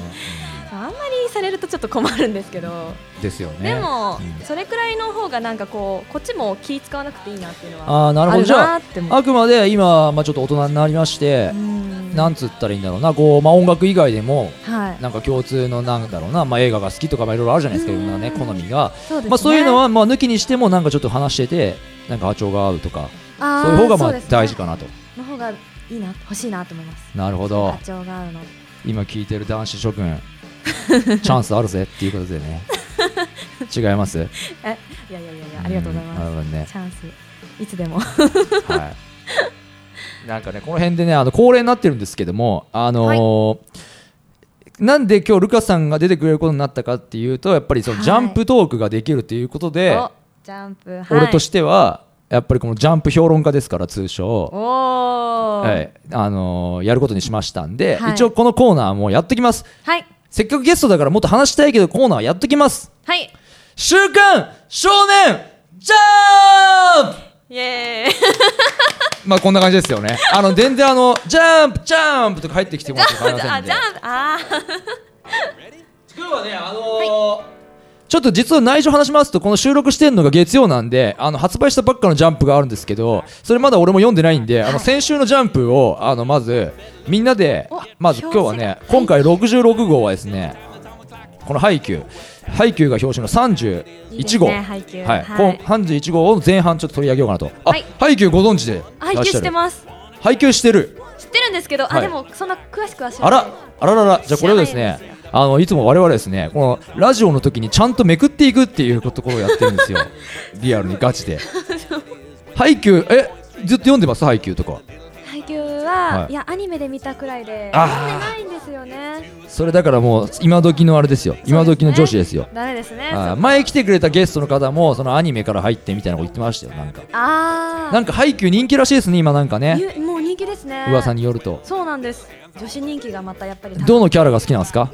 [SPEAKER 4] あんまりされるとちょっと困るんですけど、
[SPEAKER 3] うんですよね
[SPEAKER 4] でも、
[SPEAKER 3] うん
[SPEAKER 4] それくらいの方がなんかこうこっちも気使わなくていいなっていうのは
[SPEAKER 3] ああなるほどじゃ
[SPEAKER 4] あ
[SPEAKER 3] あ
[SPEAKER 4] るなーって思う
[SPEAKER 3] あくまで今、まあ、ちょっと大人になりまして
[SPEAKER 4] う、ん
[SPEAKER 3] なんつったらいいんだろうなこう、まあ、音楽以外でも
[SPEAKER 4] はい
[SPEAKER 3] なんか共通のなんだろうな、まあ、映画が好きとかまあいろいろあるじゃないですかいろんな、ね、好みが
[SPEAKER 4] そうですね
[SPEAKER 3] まあ、そういうのはまあ抜きにしてもなんかちょっと話しててなんか波長が合うとか
[SPEAKER 4] あー
[SPEAKER 3] そういう方がま
[SPEAKER 4] そ
[SPEAKER 3] あ
[SPEAKER 4] ですね
[SPEAKER 3] 大事かなと、
[SPEAKER 4] の方がいいな欲しいなと思います
[SPEAKER 3] なるほど
[SPEAKER 4] 課長が合うの
[SPEAKER 3] 今聞いてる男子諸君チャンスあるぜっていうことで
[SPEAKER 4] [LAUGHS]
[SPEAKER 3] ね違います
[SPEAKER 4] えいやいやいやいやありがとうござい
[SPEAKER 3] んなる
[SPEAKER 4] ま
[SPEAKER 3] ほどね
[SPEAKER 4] すチャンスいつでも
[SPEAKER 3] はい、なんかね、この辺でね、あの恒例になってるんですけども、あのーなんで今日ルカさんが出てくれることになったかっていうと、やっぱりその
[SPEAKER 4] はい
[SPEAKER 3] ジャンプトークができるということで、
[SPEAKER 4] おジャンプはい
[SPEAKER 3] 俺としては、やっぱりこのジャンプ評論家ですから、通称。
[SPEAKER 4] おー
[SPEAKER 3] はいあのーやることにしましたんで、
[SPEAKER 4] はい
[SPEAKER 3] 一応このコーナーもやってきます
[SPEAKER 4] はい
[SPEAKER 3] せっかくゲストだからもっと話したいけどコーナーはやってきます
[SPEAKER 4] はい
[SPEAKER 3] 「週刊少年ジャンプ」
[SPEAKER 4] イエーイ
[SPEAKER 3] まあこんな感じですよね。あの全然あのジャンプジャンプとか入ってきてもらって構いませ
[SPEAKER 4] あ
[SPEAKER 3] ん
[SPEAKER 4] ジ
[SPEAKER 3] で
[SPEAKER 4] ャ。ンプあー
[SPEAKER 3] 今日はねあのーちょっと実は内緒話しますとこの収録してるのが月曜なんであの発売したばっかのジャンプがあるんですけどそれまだ俺も読んでないんであの先週のジャンプをあのまずみんなで
[SPEAKER 4] お
[SPEAKER 3] まず今日はね今回66号はですねこのハイキューハイキューが表紙の31号
[SPEAKER 4] いいですねハイキュー
[SPEAKER 3] はい、
[SPEAKER 4] はい
[SPEAKER 3] こん31号を前半ちょっと取り上げようかなとあ、
[SPEAKER 4] はい
[SPEAKER 3] ハイキューご存知で
[SPEAKER 4] 配給してます
[SPEAKER 3] す配給してる
[SPEAKER 4] 知ってるんですけど、
[SPEAKER 3] は
[SPEAKER 4] あ
[SPEAKER 3] い
[SPEAKER 4] でもそんな詳しくは知ら
[SPEAKER 3] あ
[SPEAKER 4] ない
[SPEAKER 3] ら、あららら、じゃあこれをですね
[SPEAKER 4] 知らないんで、
[SPEAKER 3] あのいつも我々はですね、このラ
[SPEAKER 4] [LAUGHS]
[SPEAKER 3] ジオの時にちゃんとめくっていくっていうところをやってるんですよ。リアルにガチで。ハイキューえずっと読んでますハイキューとか
[SPEAKER 4] 配給は、
[SPEAKER 3] はい
[SPEAKER 4] い、やアニメで見たくらいで
[SPEAKER 3] あー
[SPEAKER 4] 読んでないんですよね
[SPEAKER 3] それだからもう今時のあれですよ今時の女子ですよ
[SPEAKER 4] ダメですね
[SPEAKER 3] はい前来てくれたゲストの方もそのアニメから入ってみたいなこと言ってましたよなんか
[SPEAKER 4] あ
[SPEAKER 3] なんかハイキュー人気らしいですね今なんかね
[SPEAKER 4] ーゆもう人気ですね
[SPEAKER 3] 噂によると
[SPEAKER 4] そうなんです女子人気がまたやっぱり高い
[SPEAKER 3] どのキャラが好きなんですか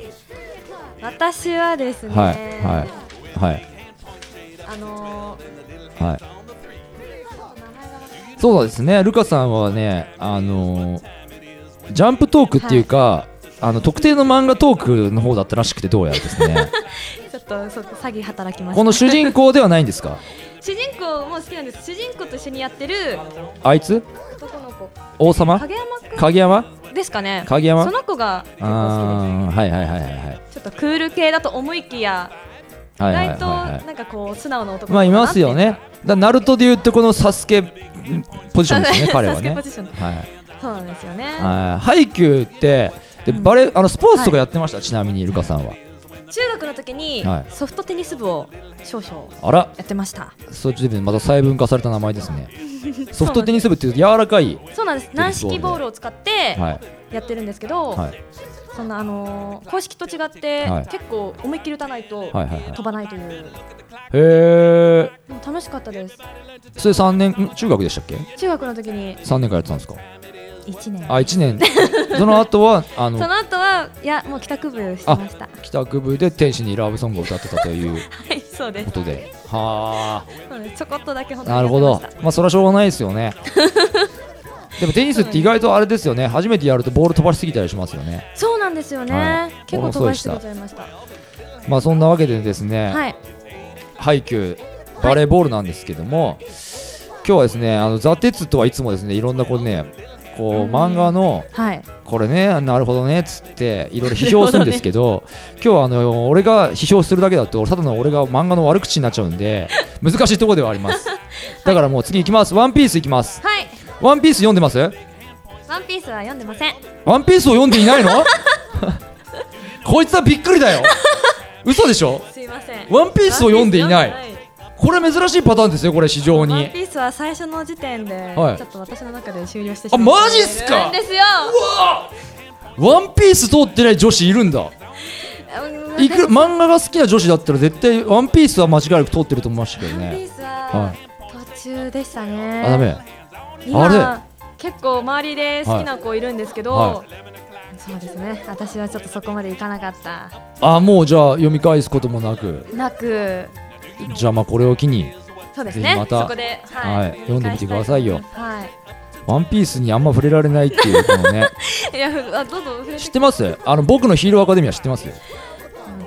[SPEAKER 4] 私はですね、
[SPEAKER 3] はいはいはい
[SPEAKER 4] あの
[SPEAKER 3] はいそうですねルカさんはねあのージャンプトークっていうか、あの特定の漫画トークの方だったらしくてどうやらです
[SPEAKER 4] [LAUGHS]
[SPEAKER 3] ね
[SPEAKER 4] ーちょっとそ詐欺働きました
[SPEAKER 3] この主人公ではないんですか
[SPEAKER 4] 主人公も好きなんです主人公と一緒にやってる
[SPEAKER 3] あいつ
[SPEAKER 4] 男の子
[SPEAKER 3] 王様
[SPEAKER 4] 影山く
[SPEAKER 3] 影山
[SPEAKER 4] んですかね
[SPEAKER 3] 影山
[SPEAKER 4] その子が結構
[SPEAKER 3] あ
[SPEAKER 4] 好
[SPEAKER 3] ーはいはいはいはいはい
[SPEAKER 4] きですちょっとクール系だと思いきや
[SPEAKER 3] は
[SPEAKER 4] 意
[SPEAKER 3] いはい
[SPEAKER 4] 外
[SPEAKER 3] はい
[SPEAKER 4] と
[SPEAKER 3] は
[SPEAKER 4] なんかこう素直な男
[SPEAKER 3] い
[SPEAKER 4] の
[SPEAKER 3] まあ
[SPEAKER 4] 子
[SPEAKER 3] い
[SPEAKER 4] だな
[SPEAKER 3] ますよねだナルトで言ってこのサスケポジションですね
[SPEAKER 4] サスケ
[SPEAKER 3] 彼はね
[SPEAKER 4] サスケポジション
[SPEAKER 3] はい
[SPEAKER 4] そうなんですよね
[SPEAKER 3] はいハイキューってでバレーあのスポーツとかやってました、ちなみにルカさんは
[SPEAKER 4] 中学の時に
[SPEAKER 3] はい
[SPEAKER 4] ソフトテニス部を少々
[SPEAKER 3] あら
[SPEAKER 4] やってました
[SPEAKER 3] そういう分また細分化された名前ですねソフトテニス部っていう柔らかい
[SPEAKER 4] そうなんです軟式ボールを使って
[SPEAKER 3] はい
[SPEAKER 4] やってるんですけど、
[SPEAKER 3] はい
[SPEAKER 4] そんなあのー公式と違って、
[SPEAKER 3] はい
[SPEAKER 4] 結構思いっきり打たないと
[SPEAKER 3] はいはいはい
[SPEAKER 4] 飛ばないという、
[SPEAKER 3] へえ
[SPEAKER 4] でも楽しかったです
[SPEAKER 3] それ3年ん中学でしたっけ
[SPEAKER 4] 中学の時に
[SPEAKER 3] 3年からやってたんですか
[SPEAKER 4] 1年
[SPEAKER 3] あ1年
[SPEAKER 4] [LAUGHS]
[SPEAKER 3] その後はあ
[SPEAKER 4] そ
[SPEAKER 3] の
[SPEAKER 4] の後はいやもう帰宅部してましたは
[SPEAKER 3] 帰宅部で天使にラブソングを歌ってたという
[SPEAKER 4] いそうで
[SPEAKER 3] こ
[SPEAKER 4] す
[SPEAKER 3] と
[SPEAKER 4] [LAUGHS]
[SPEAKER 3] ではあ
[SPEAKER 4] そうですちょこっとだけ本当に
[SPEAKER 3] なるほ
[SPEAKER 4] やっ
[SPEAKER 3] ど
[SPEAKER 4] てました
[SPEAKER 3] まあそれはしょうがないですよねでもテニスって意外とあれですよね初めてやるとボール飛ばしすぎたりしますよね
[SPEAKER 4] そうなんですよね、
[SPEAKER 3] はい
[SPEAKER 4] 結構飛ばしてございました
[SPEAKER 3] まあそんなわけでですね、
[SPEAKER 4] はい
[SPEAKER 3] ハイキューバレーボールなんですけども、今日はですね、あのザ・テツとはいつもですね、いろんなこうね、こう漫画の
[SPEAKER 4] はい
[SPEAKER 3] これね、なるほどねっつって、いろいろ批評するんですけど、今日はあの俺が批評するだけだと、ただの俺が漫画の悪口になっちゃうんで、難しいところではあります。だからもう次行きます、ワンピース行きます。
[SPEAKER 4] はい
[SPEAKER 3] ワンピース読んでます
[SPEAKER 4] ワンピースは読んでません
[SPEAKER 3] ワンピースを読んでいないのこいつはびっくりだよ。嘘でしょ
[SPEAKER 4] すいません
[SPEAKER 3] ワンピースを読んでいない
[SPEAKER 4] ワンピース読んで
[SPEAKER 3] これ珍しいパターンですよ、これ、非常
[SPEAKER 4] ワン
[SPEAKER 3] に。
[SPEAKER 4] ピースは最初の時点で、
[SPEAKER 3] はい
[SPEAKER 4] ちょっと私の中で終了してし
[SPEAKER 3] あ
[SPEAKER 4] まった
[SPEAKER 3] マジっすか
[SPEAKER 4] んですよ
[SPEAKER 3] ワンピース通ってない女子いるんだ
[SPEAKER 4] うん
[SPEAKER 3] いくら漫画が好きな女子だったら絶対ワンピースは間違いなく通ってると思いましたけど
[SPEAKER 4] ワンピ
[SPEAKER 3] ね
[SPEAKER 4] ース
[SPEAKER 3] は
[SPEAKER 4] はい途中でしたね。
[SPEAKER 3] あダメ
[SPEAKER 4] 今
[SPEAKER 3] あ
[SPEAKER 4] 結構周りで好きな子いるんですけど、
[SPEAKER 3] は
[SPEAKER 4] そうですね。私はちょっとそこまでいかなかった。
[SPEAKER 3] あもうじゃあ読み返すこともなく
[SPEAKER 4] なく、
[SPEAKER 3] じゃあまあこれを機に
[SPEAKER 4] そうです
[SPEAKER 3] ぜ
[SPEAKER 4] ね。
[SPEAKER 3] ひまた
[SPEAKER 4] そこで、はい、
[SPEAKER 3] はい読んでみてくださいよ
[SPEAKER 4] はい。
[SPEAKER 3] ワンピースにあんま触れられないっていうこの [LAUGHS] ね
[SPEAKER 4] いやふあどうぞ触れ。
[SPEAKER 3] 知っててますあの僕のヒーローアカデミア知ってます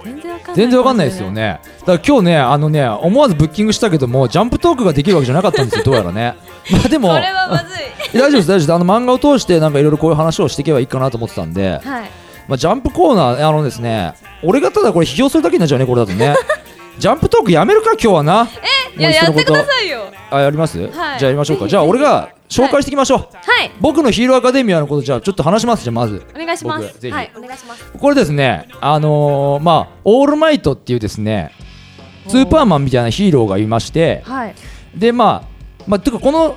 [SPEAKER 4] 全然わかんない。
[SPEAKER 3] 全然わかんないですよ。ねだから今日ねあのね思わずブッキングしたけどもジャンプトークができるわけじゃなかったん [LAUGHS] ですよどうやらねまあでも
[SPEAKER 4] これはまずい。
[SPEAKER 3] 大丈夫です大丈夫ですあの漫画を通してなんかいろいろこういう話をしていけばいいかなと思ってたんで
[SPEAKER 4] はい。
[SPEAKER 3] まあ、ジャンプコーナー、あのですね、俺がただこれ、批評するだけになっちゃうね、これだと
[SPEAKER 4] [LAUGHS]
[SPEAKER 3] ね。ジャンプトークやめるか、今日はな。
[SPEAKER 4] いや
[SPEAKER 3] もういっそ
[SPEAKER 4] やっ
[SPEAKER 3] のこ
[SPEAKER 4] て
[SPEAKER 3] と
[SPEAKER 4] くださいよ。はい。
[SPEAKER 3] あ、やります、じゃあやりましょう
[SPEAKER 4] ぜ
[SPEAKER 3] か。
[SPEAKER 4] ひ
[SPEAKER 3] じゃあ、俺が紹介していきましょう。僕のヒーローアカデミアのこと、じゃあ、ちょっと話します、じゃあ、まず。
[SPEAKER 4] お願いしま
[SPEAKER 3] 僕ぜ
[SPEAKER 4] す。
[SPEAKER 3] ひ
[SPEAKER 4] はい。お願いします。
[SPEAKER 3] これですね、あのーまあ、オールマイトっていうですね、スーパーマンみたいなヒーローがいまして、
[SPEAKER 4] はい。
[SPEAKER 3] で、まあ、まあ、てか、この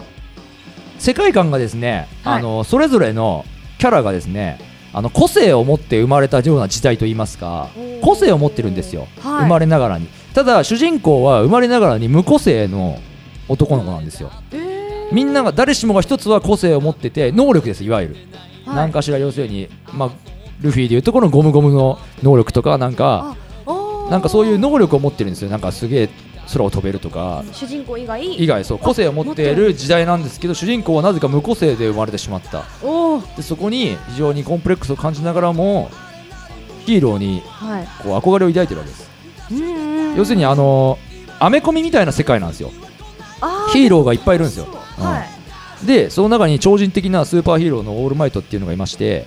[SPEAKER 3] 世界観がですね、
[SPEAKER 4] は
[SPEAKER 3] あ
[SPEAKER 4] い
[SPEAKER 3] のそれぞれのキャラがですね、あの個性を持って生まれたような時代といいますか
[SPEAKER 4] お、
[SPEAKER 3] 個性を持ってるんですよ、
[SPEAKER 4] はい
[SPEAKER 3] 生まれながらに。ただ、主人公は生まれながらに無個性の男の子なんですよ。みんなが、誰しもが一つは個性を持ってて、能力です、いわゆる。
[SPEAKER 4] はい
[SPEAKER 3] なんかしら、要するに、まあ、ルフィでいうところのゴムゴムの能力とか、なんか、
[SPEAKER 4] おー
[SPEAKER 3] なんかそういう能力を持ってるんですよ、なんかすげえ空を飛べるとか、
[SPEAKER 4] 主人公以外。
[SPEAKER 3] 以外そう個性を持っている時代なんですけど主人公はなぜか無個性で生まれてしまった
[SPEAKER 4] おー
[SPEAKER 3] でそこに非常にコンプレックスを感じながらもヒーローに
[SPEAKER 4] はい。
[SPEAKER 3] こう憧れを抱いてるわけです
[SPEAKER 4] うん
[SPEAKER 3] 要するにあのアメコミみたいな世界なんですよ
[SPEAKER 4] あー
[SPEAKER 3] ヒーローがいっぱいいるんですよ、うん
[SPEAKER 4] はい。
[SPEAKER 3] でその中に超人的なスーパーヒーローのオールマイトっていうのがいまして、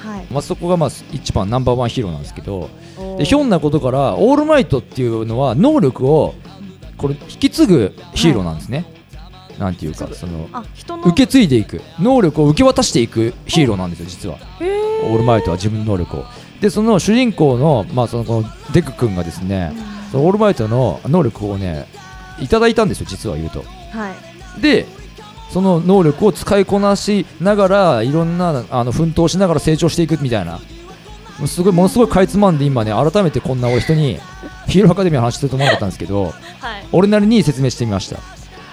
[SPEAKER 4] はい。
[SPEAKER 3] まあ、そこがまあ一番ナンバーワンヒーローなんですけど
[SPEAKER 4] おー
[SPEAKER 3] でひょんなことからオールマイトっていうのは能力をこれ引き継ぐヒーローなんですね、なんていうかその
[SPEAKER 4] あ人の
[SPEAKER 3] 受け継いでいく能力を受け渡していくヒーローなんですよ実はオールマイトは自分の能力をでその主人公の,、まあ、そのこのデク君がですねそのオールマイトの能力をねいただいたんですよ実は言うと
[SPEAKER 4] はい
[SPEAKER 3] でその能力を使いこなしながらいろんなあの奮闘しながら成長していくみたいなもうすごいものすごいかいつまんで今ね改めてこんな俺人にヒーローアカデミーの話してると思わなかったんですけど
[SPEAKER 4] はい
[SPEAKER 3] 俺なりに説明してみました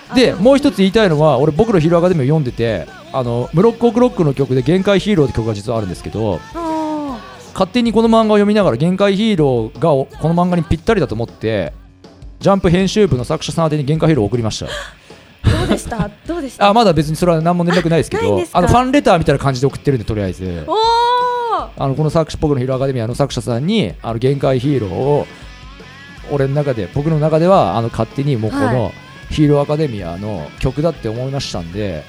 [SPEAKER 4] あ
[SPEAKER 3] で
[SPEAKER 4] の
[SPEAKER 3] もう一つ言いたいのは俺僕のヒーローアカデミーを読んでてあのムロック・オクロックの曲で「限界ヒーロー」って曲が実はあるんですけど
[SPEAKER 4] あ
[SPEAKER 3] 勝手にこの漫画を読みながら「限界ヒーロー」がおこの漫画にぴったりだと思ってジャンプ編集部の作者さん宛てに「限界ヒーロー」を送りました
[SPEAKER 4] ーどうでしたどうでした
[SPEAKER 3] あまだ別にそれは何も連絡ないですけ
[SPEAKER 4] あないん
[SPEAKER 3] ど
[SPEAKER 4] ですか
[SPEAKER 3] あのファンレターみたいな感じで送ってるんでとりあえず
[SPEAKER 4] おお
[SPEAKER 3] あのこの作者僕のヒーローアカデミアの作者さんに「あの限界ヒーロー」を俺の中で僕の中ではあの勝手にもうこのヒーローアカデミアの曲だって思いましたんで、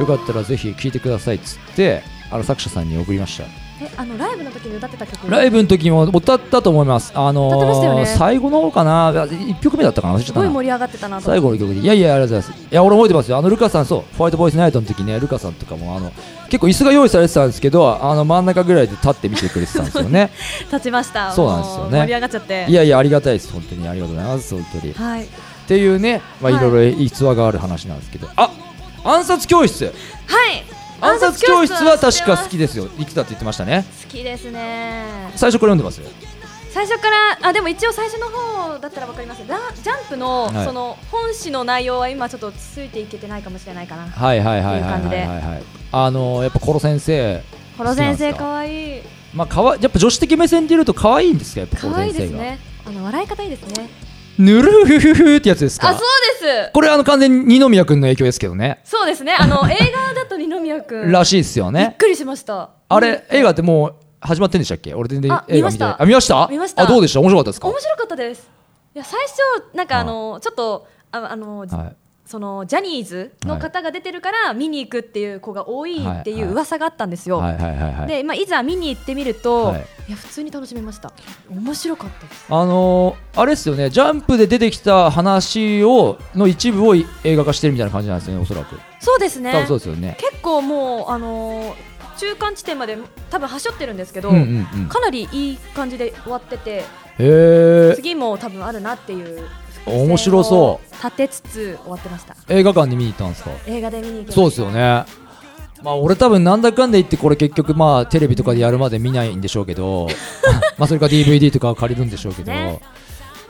[SPEAKER 3] よかったらぜひ聴いてくださいっつってあの作者さんに送りました
[SPEAKER 4] えあのライブの時に歌ってた曲
[SPEAKER 3] ライブの時も歌ったと思いますあのー
[SPEAKER 4] 歌ってましたよね
[SPEAKER 3] 最後の方かな1曲目だったかな忘れちゃ
[SPEAKER 4] す
[SPEAKER 3] った
[SPEAKER 4] ごい
[SPEAKER 3] な
[SPEAKER 4] 盛り上がってたなと
[SPEAKER 3] 最後の曲でいやいやありがとうございますいや俺覚えてますよあのルカさんそうホワイトボイスナイトの時ねルカさんとかもあの結構椅子が用意されてたんですけどあの真ん中ぐらいで立って見てくれてたんですよね
[SPEAKER 4] 立ちました
[SPEAKER 3] そうなんですよね
[SPEAKER 4] も盛り上がっちゃって
[SPEAKER 3] いやいやありがたいです本当にありがとうございます本当にっ
[SPEAKER 4] はい
[SPEAKER 3] ていうねまあい
[SPEAKER 4] はい
[SPEAKER 3] ろいろ逸話がある話なんですけどあ暗殺教室
[SPEAKER 4] はい
[SPEAKER 3] 暗殺教室は確か好
[SPEAKER 4] 好
[SPEAKER 3] きですよ生きたって言ってましたね
[SPEAKER 4] きですね
[SPEAKER 3] 最初これ読んでますよ
[SPEAKER 4] 最初からあでも一応最初の方だったらわかりますラジャンプの、
[SPEAKER 3] はい
[SPEAKER 4] その本誌の内容は今ちょっとついていけてないかもしれないかな
[SPEAKER 3] はいはいはい
[SPEAKER 4] い
[SPEAKER 3] は
[SPEAKER 4] う
[SPEAKER 3] い
[SPEAKER 4] 感じ
[SPEAKER 3] は
[SPEAKER 4] で
[SPEAKER 3] いはいはいあのーやっぱコロ先生
[SPEAKER 4] ホロ先生
[SPEAKER 3] 好きなんですか
[SPEAKER 4] 可愛いい
[SPEAKER 3] まあかわやっぱ女子的目線で言うと可愛いんですかやっぱコロ
[SPEAKER 4] 可愛い
[SPEAKER 3] 先
[SPEAKER 4] です
[SPEAKER 3] 生が
[SPEAKER 4] ねあの笑い方いいですね
[SPEAKER 3] ぬるふふふってやつですか
[SPEAKER 4] あそうです
[SPEAKER 3] これあの完全に二宮君の影響ですけどね。
[SPEAKER 4] そうですね
[SPEAKER 3] [LAUGHS]
[SPEAKER 4] あの映画だと二宮くん
[SPEAKER 3] らしいですよ
[SPEAKER 4] びっ
[SPEAKER 3] ね。
[SPEAKER 4] くりしました
[SPEAKER 3] あれ、映画ってもう始まってんでしたっけ俺全然
[SPEAKER 4] あ
[SPEAKER 3] 映画
[SPEAKER 4] 見ま
[SPEAKER 3] 見
[SPEAKER 4] して
[SPEAKER 3] ない
[SPEAKER 4] た
[SPEAKER 3] あ、見ました
[SPEAKER 4] 見ました
[SPEAKER 3] あ、どうでした面白かったですか
[SPEAKER 4] 面白かったですいや最初なんかあのちょっとああの、
[SPEAKER 3] はい。
[SPEAKER 4] そのジャニーズの方が出てるから見に行くっていう子が多いってい
[SPEAKER 3] はいうはい
[SPEAKER 4] 噂があったんですよ、
[SPEAKER 3] はいはいはいはい。
[SPEAKER 4] で、まあ、いざ見に行ってみると、
[SPEAKER 3] はい
[SPEAKER 4] い、や普通に楽しめました面白かったです
[SPEAKER 3] あのー、あれですよね、ジャンプで出てきた話を、の一部を映画化してるみたいな感じなんですよね、おそらく。
[SPEAKER 4] そうですね
[SPEAKER 3] 多分そうですよね。
[SPEAKER 4] 結構もう、あのー中間地点まで多分はしょってるんですけど、
[SPEAKER 3] うんうんうん。
[SPEAKER 4] かなりいい感じで終わってて
[SPEAKER 3] へえ。
[SPEAKER 4] 次も多分あるなっていう
[SPEAKER 3] 面白そう
[SPEAKER 4] 立てつつ終わってました
[SPEAKER 3] 映画館に見に行ったんですか
[SPEAKER 4] 映画で見に行きました
[SPEAKER 3] そうですよね。まあ俺多分なんだかんだ言ってこれ結局まあテレビとかでやるまで見ないんでしょうけ
[SPEAKER 4] [LAUGHS]
[SPEAKER 3] どまあそれか DVD とかは借りるんでしょうけど、
[SPEAKER 4] ね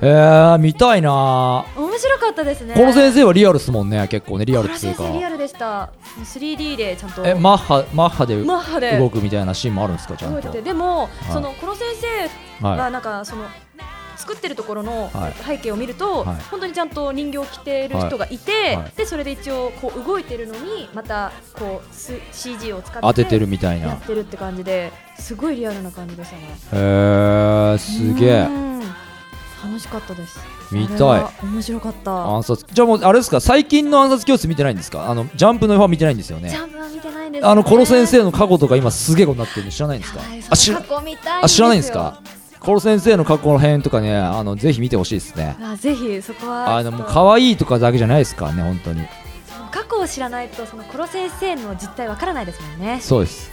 [SPEAKER 3] えー、見たいな
[SPEAKER 4] 面白かったですね
[SPEAKER 3] ーこの先生はリアルっすもんね結構ねリアルっ
[SPEAKER 4] この
[SPEAKER 3] つう
[SPEAKER 4] 先
[SPEAKER 3] か
[SPEAKER 4] 生リアルでしたもう 3D でちゃんと
[SPEAKER 3] えマッハマッハで
[SPEAKER 4] マッハで
[SPEAKER 3] 動くみたいなシーンもあるんですかちゃ
[SPEAKER 4] 動
[SPEAKER 3] ん
[SPEAKER 4] い
[SPEAKER 3] と
[SPEAKER 4] ててでも、
[SPEAKER 3] い
[SPEAKER 4] そのこの先生
[SPEAKER 3] は
[SPEAKER 4] がなんかその作ってるところの
[SPEAKER 3] はい
[SPEAKER 4] 背景を見ると、
[SPEAKER 3] はい
[SPEAKER 4] 本当にちゃんと人形を着てる人がいて、
[SPEAKER 3] いはい
[SPEAKER 4] でそれで一応こう動いてるのにまたこうす CG を使って
[SPEAKER 3] 当ててるみたい
[SPEAKER 4] や
[SPEAKER 3] な
[SPEAKER 4] ってるって感じですごいリアルな感じでしたね
[SPEAKER 3] へえー、すげえ
[SPEAKER 4] うん楽しかったです
[SPEAKER 3] 見たい
[SPEAKER 4] あれは面白かった
[SPEAKER 3] 暗殺じゃあもうあれですか最近の暗殺教室見てないんですかあのジャンプのファン見てないんですよ
[SPEAKER 4] ジ
[SPEAKER 3] ね
[SPEAKER 4] ャンプは見てないんですよね、
[SPEAKER 3] あのコロ先生の過去とか今すげえことになってるの知らないんですか
[SPEAKER 4] はいそ
[SPEAKER 3] あ知
[SPEAKER 4] の
[SPEAKER 3] ら
[SPEAKER 4] 過去見たい
[SPEAKER 3] あ知らないんですかコロ先生の過去の編とかねあのぜひ見てほしいですね
[SPEAKER 4] あぜひそこは
[SPEAKER 3] あのもう
[SPEAKER 4] ちょっと
[SPEAKER 3] 可愛いとかだけじゃないですからね本当に
[SPEAKER 4] 過去を知らないとそのコロ先生の実態わからないですもんね。
[SPEAKER 3] そうです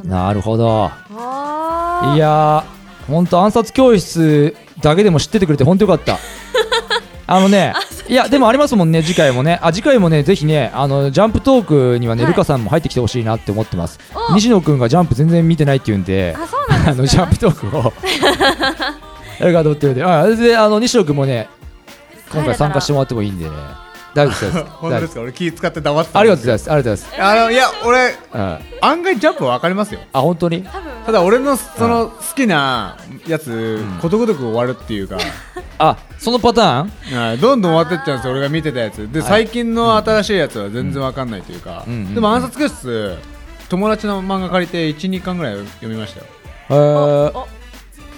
[SPEAKER 4] その
[SPEAKER 3] なるほど
[SPEAKER 4] あー
[SPEAKER 3] いやー本当暗殺教室だけでも知っててくれて本当よか
[SPEAKER 4] [LAUGHS]
[SPEAKER 3] ったあのねいやでもありますもんね次回もねあ次回もねぜひねあのジャンプトークにはね、
[SPEAKER 4] はい
[SPEAKER 3] ルカさんも入ってきてほしいなって思ってます
[SPEAKER 4] お
[SPEAKER 3] 西野くんがジャンプ全然見てないっていうんで
[SPEAKER 4] あそうなんですか
[SPEAKER 3] あのジャンプトークをやるかと思ってるんであであの西野くんもね今回参加してもらってもいいんでね大丈夫です大丈夫
[SPEAKER 5] 本当ですか俺気使って黙ってた
[SPEAKER 3] ありがとうございますありがとうござい
[SPEAKER 5] あのいや俺
[SPEAKER 3] ます、うん、
[SPEAKER 5] 案外ジャンプは分かりますよ
[SPEAKER 3] あ本当に
[SPEAKER 4] 多分
[SPEAKER 5] ただ俺のその好きなやつことごとく終わるっていうか、
[SPEAKER 3] あそのパターン
[SPEAKER 5] はいどんどん終わってっちゃうんですよ俺が見てたやつで最近の新しいやつは全然分かんないというか、
[SPEAKER 3] うん
[SPEAKER 5] でも暗殺教室友達の漫画借りて12巻ぐらい読みましたよ
[SPEAKER 3] えー
[SPEAKER 4] お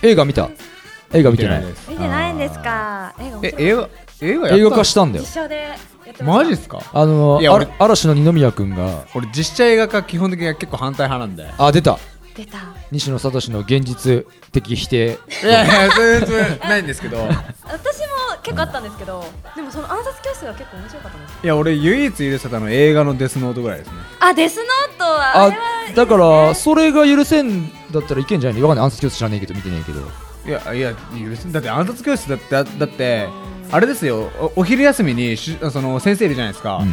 [SPEAKER 3] 映画見た映画見てない
[SPEAKER 5] です
[SPEAKER 4] 見てないんですか。映画面
[SPEAKER 5] え
[SPEAKER 4] 白い
[SPEAKER 5] 映画映画やった
[SPEAKER 3] 映画化したんだよ
[SPEAKER 4] 実写でやってま
[SPEAKER 5] マ
[SPEAKER 4] す
[SPEAKER 5] ジですか
[SPEAKER 3] あの
[SPEAKER 5] いや
[SPEAKER 3] あ
[SPEAKER 5] 俺
[SPEAKER 3] 嵐の二宮君が
[SPEAKER 5] 俺実写映画化基本的には結構反対派なんで
[SPEAKER 3] あ出た
[SPEAKER 4] 出た。
[SPEAKER 3] 西野聡の現実的否定
[SPEAKER 5] いやいやそれそれないんですけど
[SPEAKER 4] 私も結構あったんですけど、でもその暗殺教室が結構面白かったんです。
[SPEAKER 5] [LAUGHS] いや俺唯一許せたのは映画のデスノートぐらいですね
[SPEAKER 4] あデスノートはあ
[SPEAKER 3] あ
[SPEAKER 4] れはいいですね
[SPEAKER 3] だからそれが許せんだったらいけんじゃないのわかんない暗殺教室知らねえけど見てねえけど
[SPEAKER 5] いやいや許せだって暗殺教室だってだってあれですよおお昼休みにしゅその先生いるじゃないですか、
[SPEAKER 4] はい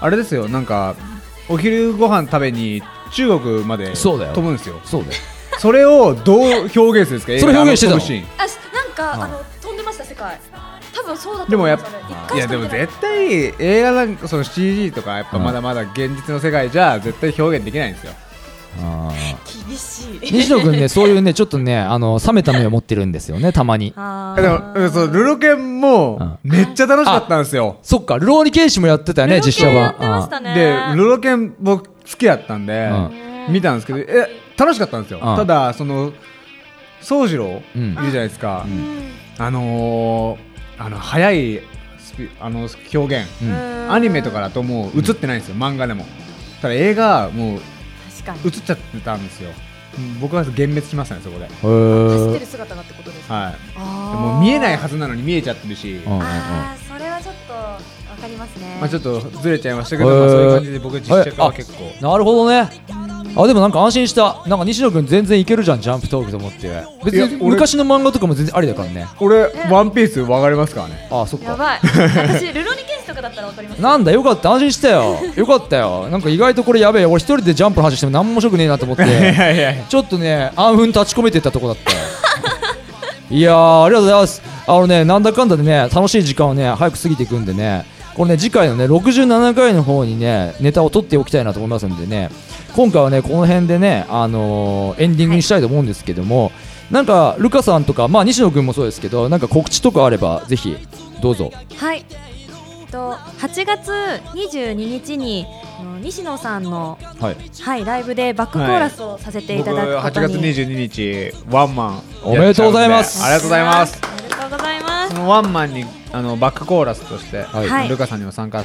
[SPEAKER 5] あれですよなんかお昼ご飯食べに中国まで
[SPEAKER 3] そ
[SPEAKER 5] 飛
[SPEAKER 3] うだよ
[SPEAKER 5] ぶんですよ
[SPEAKER 3] そうだよ
[SPEAKER 5] それをどう表現するんですか
[SPEAKER 3] それ表現してたの
[SPEAKER 5] 映画の飛ぶシーン
[SPEAKER 7] あしなんかあの飛んでました世界多分そうだと
[SPEAKER 5] で
[SPEAKER 7] 思
[SPEAKER 5] も
[SPEAKER 7] う
[SPEAKER 5] やっ
[SPEAKER 7] それ一
[SPEAKER 5] ぱい
[SPEAKER 7] 回し
[SPEAKER 5] や
[SPEAKER 7] か
[SPEAKER 5] で
[SPEAKER 7] 見
[SPEAKER 5] も
[SPEAKER 7] てない
[SPEAKER 5] 絶対映画なんかその CG とかやっぱまだまだ現実の世界じゃ絶対表現できないんですよ
[SPEAKER 4] [LAUGHS]
[SPEAKER 7] 厳
[SPEAKER 5] [LAUGHS]
[SPEAKER 7] しい
[SPEAKER 3] 西野君ねそういうねちょっとねあの冷めた目を持ってるんですよねたまに
[SPEAKER 4] あ
[SPEAKER 5] でもうんそうルロケンもめっちゃ楽しかったんですよ
[SPEAKER 3] そっかローリケーシもやってたよね実写
[SPEAKER 4] ー
[SPEAKER 3] 版
[SPEAKER 4] やってましたね
[SPEAKER 5] でルロケン僕好きだったんで
[SPEAKER 3] う
[SPEAKER 5] 見たんですけどえ楽しかったんですよ
[SPEAKER 3] ん
[SPEAKER 5] ただその宗次郎い
[SPEAKER 3] うん
[SPEAKER 5] るじゃないですかあのーあの速いスピあの表現
[SPEAKER 3] うん
[SPEAKER 5] アニメとかだともう映ってないんですよ漫画でもただ映画もう
[SPEAKER 4] 確かに
[SPEAKER 5] 映っちゃってたんですよ僕は幻滅しましたねそこで
[SPEAKER 3] うんうん
[SPEAKER 7] 走
[SPEAKER 3] う
[SPEAKER 7] っ
[SPEAKER 3] ん
[SPEAKER 7] てる姿がってことですか
[SPEAKER 5] はい
[SPEAKER 4] あー
[SPEAKER 5] もう見えないはずなのに見えちゃってるし、ま
[SPEAKER 3] あ
[SPEAKER 4] あーそれはちょっとわかりますね
[SPEAKER 5] あ、ちょっとずれちゃいましたけ
[SPEAKER 3] へ
[SPEAKER 5] ど、
[SPEAKER 3] ー
[SPEAKER 5] まあ、そういう感じで僕は実写化は結構
[SPEAKER 3] なるほどねあでもなんか安心したなんか西野君全然いけるじゃんジャンプトークと思って別
[SPEAKER 5] いや
[SPEAKER 3] に
[SPEAKER 5] 俺
[SPEAKER 3] 昔の漫画とかも全然ありだからね
[SPEAKER 5] 俺「ワンピースわかりますからね [LAUGHS]
[SPEAKER 3] あそっ
[SPEAKER 7] や
[SPEAKER 3] か
[SPEAKER 7] ばい私ルロニケンスとかだったらわかります
[SPEAKER 3] なんだよかった安心したよよかったよなんか意外とこれやべえ俺一人でジャンプの話しても何も面白くねえなと思っ
[SPEAKER 5] い
[SPEAKER 3] て
[SPEAKER 5] やいやいや
[SPEAKER 3] ちょっとね暗雲立ち込めてったとこだったよ [LAUGHS] いやーありがとうございますあのねなんだかんだでね楽しい時間をね早く過ぎていくんでねこれね次回のね67回の方にねネタを取っておきたいなと思いますんでね今回はねこの辺でねあのーエンディングにしたいと思うんですけども、なんかルカさんとかまあ西野君もそうですけどなんか告知とかあればぜひどうぞ
[SPEAKER 4] はい。えっと8月22日にあの西野さんの
[SPEAKER 3] はい
[SPEAKER 4] はいライブでバックコーラスをさせていただくこ
[SPEAKER 5] 8
[SPEAKER 4] と
[SPEAKER 5] 月
[SPEAKER 4] に、
[SPEAKER 5] 22日ワンマンやっちゃうん
[SPEAKER 3] おめでとうございます
[SPEAKER 5] ありがとうございます
[SPEAKER 4] おめでとうございます
[SPEAKER 5] そ。のワンマンにあのバックコーラスとして、
[SPEAKER 3] はい
[SPEAKER 4] はい
[SPEAKER 5] ルカさんにも参加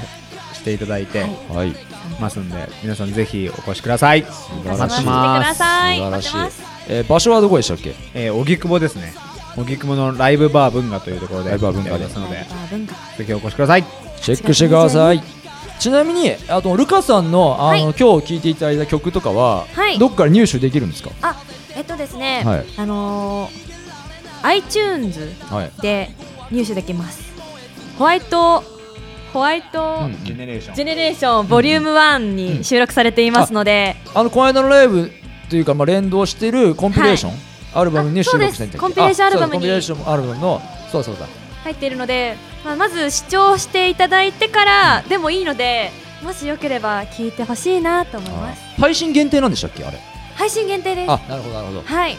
[SPEAKER 5] していただいて
[SPEAKER 3] はい
[SPEAKER 5] ますんで皆さんぜひお越しくださいお
[SPEAKER 3] ら
[SPEAKER 5] 待
[SPEAKER 3] し
[SPEAKER 5] ち
[SPEAKER 3] い
[SPEAKER 4] 来
[SPEAKER 5] して
[SPEAKER 4] て
[SPEAKER 5] ま
[SPEAKER 4] く
[SPEAKER 5] す
[SPEAKER 4] ださい。
[SPEAKER 3] 素晴らし
[SPEAKER 4] 待っ
[SPEAKER 3] い
[SPEAKER 4] てます。
[SPEAKER 3] えー場所はどこでしたっけ
[SPEAKER 5] えー、荻窪ですね荻窪のライブバー文化というところで
[SPEAKER 3] ライブバー文化で
[SPEAKER 5] やってますので
[SPEAKER 4] あ文化
[SPEAKER 5] ぜひお越しください
[SPEAKER 3] チェックしてくださいちなみにあとルカさんのあの、
[SPEAKER 4] は
[SPEAKER 3] 今
[SPEAKER 4] い
[SPEAKER 3] 日聴いていただいた曲とかは、
[SPEAKER 4] はい
[SPEAKER 3] どっから入手できるんですか
[SPEAKER 4] あ、えっとですね。
[SPEAKER 3] はい
[SPEAKER 4] あのー、iTunes
[SPEAKER 3] はい
[SPEAKER 4] で入手できます。ホワイトホワイト
[SPEAKER 3] うん
[SPEAKER 5] ジェネレーション
[SPEAKER 4] ジェネレーションボリューム1に収録されていますので、
[SPEAKER 3] あのこの間のライブというか、まあ、連動してるコンピレーション、アルバムに
[SPEAKER 4] あ
[SPEAKER 3] 収
[SPEAKER 4] そう
[SPEAKER 3] 録
[SPEAKER 4] です
[SPEAKER 3] してんだっけ
[SPEAKER 4] コンピレーション
[SPEAKER 3] あそうだ
[SPEAKER 4] アルバムに
[SPEAKER 3] コンピレーションアルバムのそうそうだ
[SPEAKER 4] 入っているので、まあ、まず視聴していただいてからでもいいのでもしよければ聞いてほしいなと思います
[SPEAKER 3] 配信限定なんでしたっけあれ
[SPEAKER 4] 配信限定です
[SPEAKER 3] あなるほどなるほど
[SPEAKER 4] はい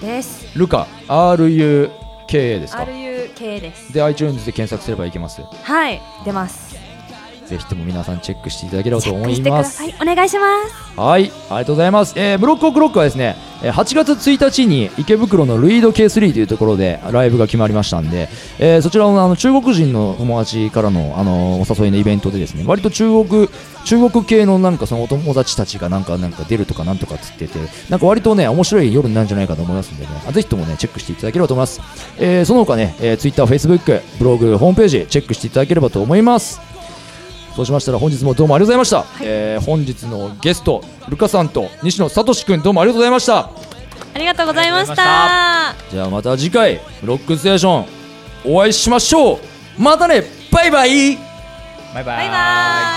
[SPEAKER 4] です
[SPEAKER 3] ルカ RUKA ですか
[SPEAKER 4] RUK です
[SPEAKER 3] で iTunes で検索すればいけます
[SPEAKER 4] はい出ます
[SPEAKER 3] ぜひとも皆さんチェックしていただければ
[SPEAKER 4] チ
[SPEAKER 3] と
[SPEAKER 4] ェッ
[SPEAKER 3] 思
[SPEAKER 4] ク
[SPEAKER 3] い
[SPEAKER 4] してく
[SPEAKER 3] ま
[SPEAKER 4] だ
[SPEAKER 3] す
[SPEAKER 4] さいお願いします
[SPEAKER 3] はい、ありがとうございます。えー、ブロックオクロックはですね、えー8月1日に池袋のルイード K3 というところでライブが決まりましたんで、えーそちらのあの中国人の友達からの、あのーお誘いのイベントでですね、割と中国、中国系のなんかそのお友達たちがなんかなんか出るとかなんとかっつってて、なんか割とね、面白い夜になるんじゃないかと思いますんでね、あぜひともね、チェックしていただければと思います。えーその他ね、えー、Twitter、Facebook、ブログ、ホームページ、チェックしていただければと思います。そうしましたら本日もどうもありがとうございました、えー本日のゲストルカさんと西野聡くんどうもありがとうございました
[SPEAKER 4] ありがとうございました
[SPEAKER 3] じゃあまた次回「ロックステーション」お会いしましょうまたねバイバイ
[SPEAKER 5] バイバ
[SPEAKER 4] バイバイ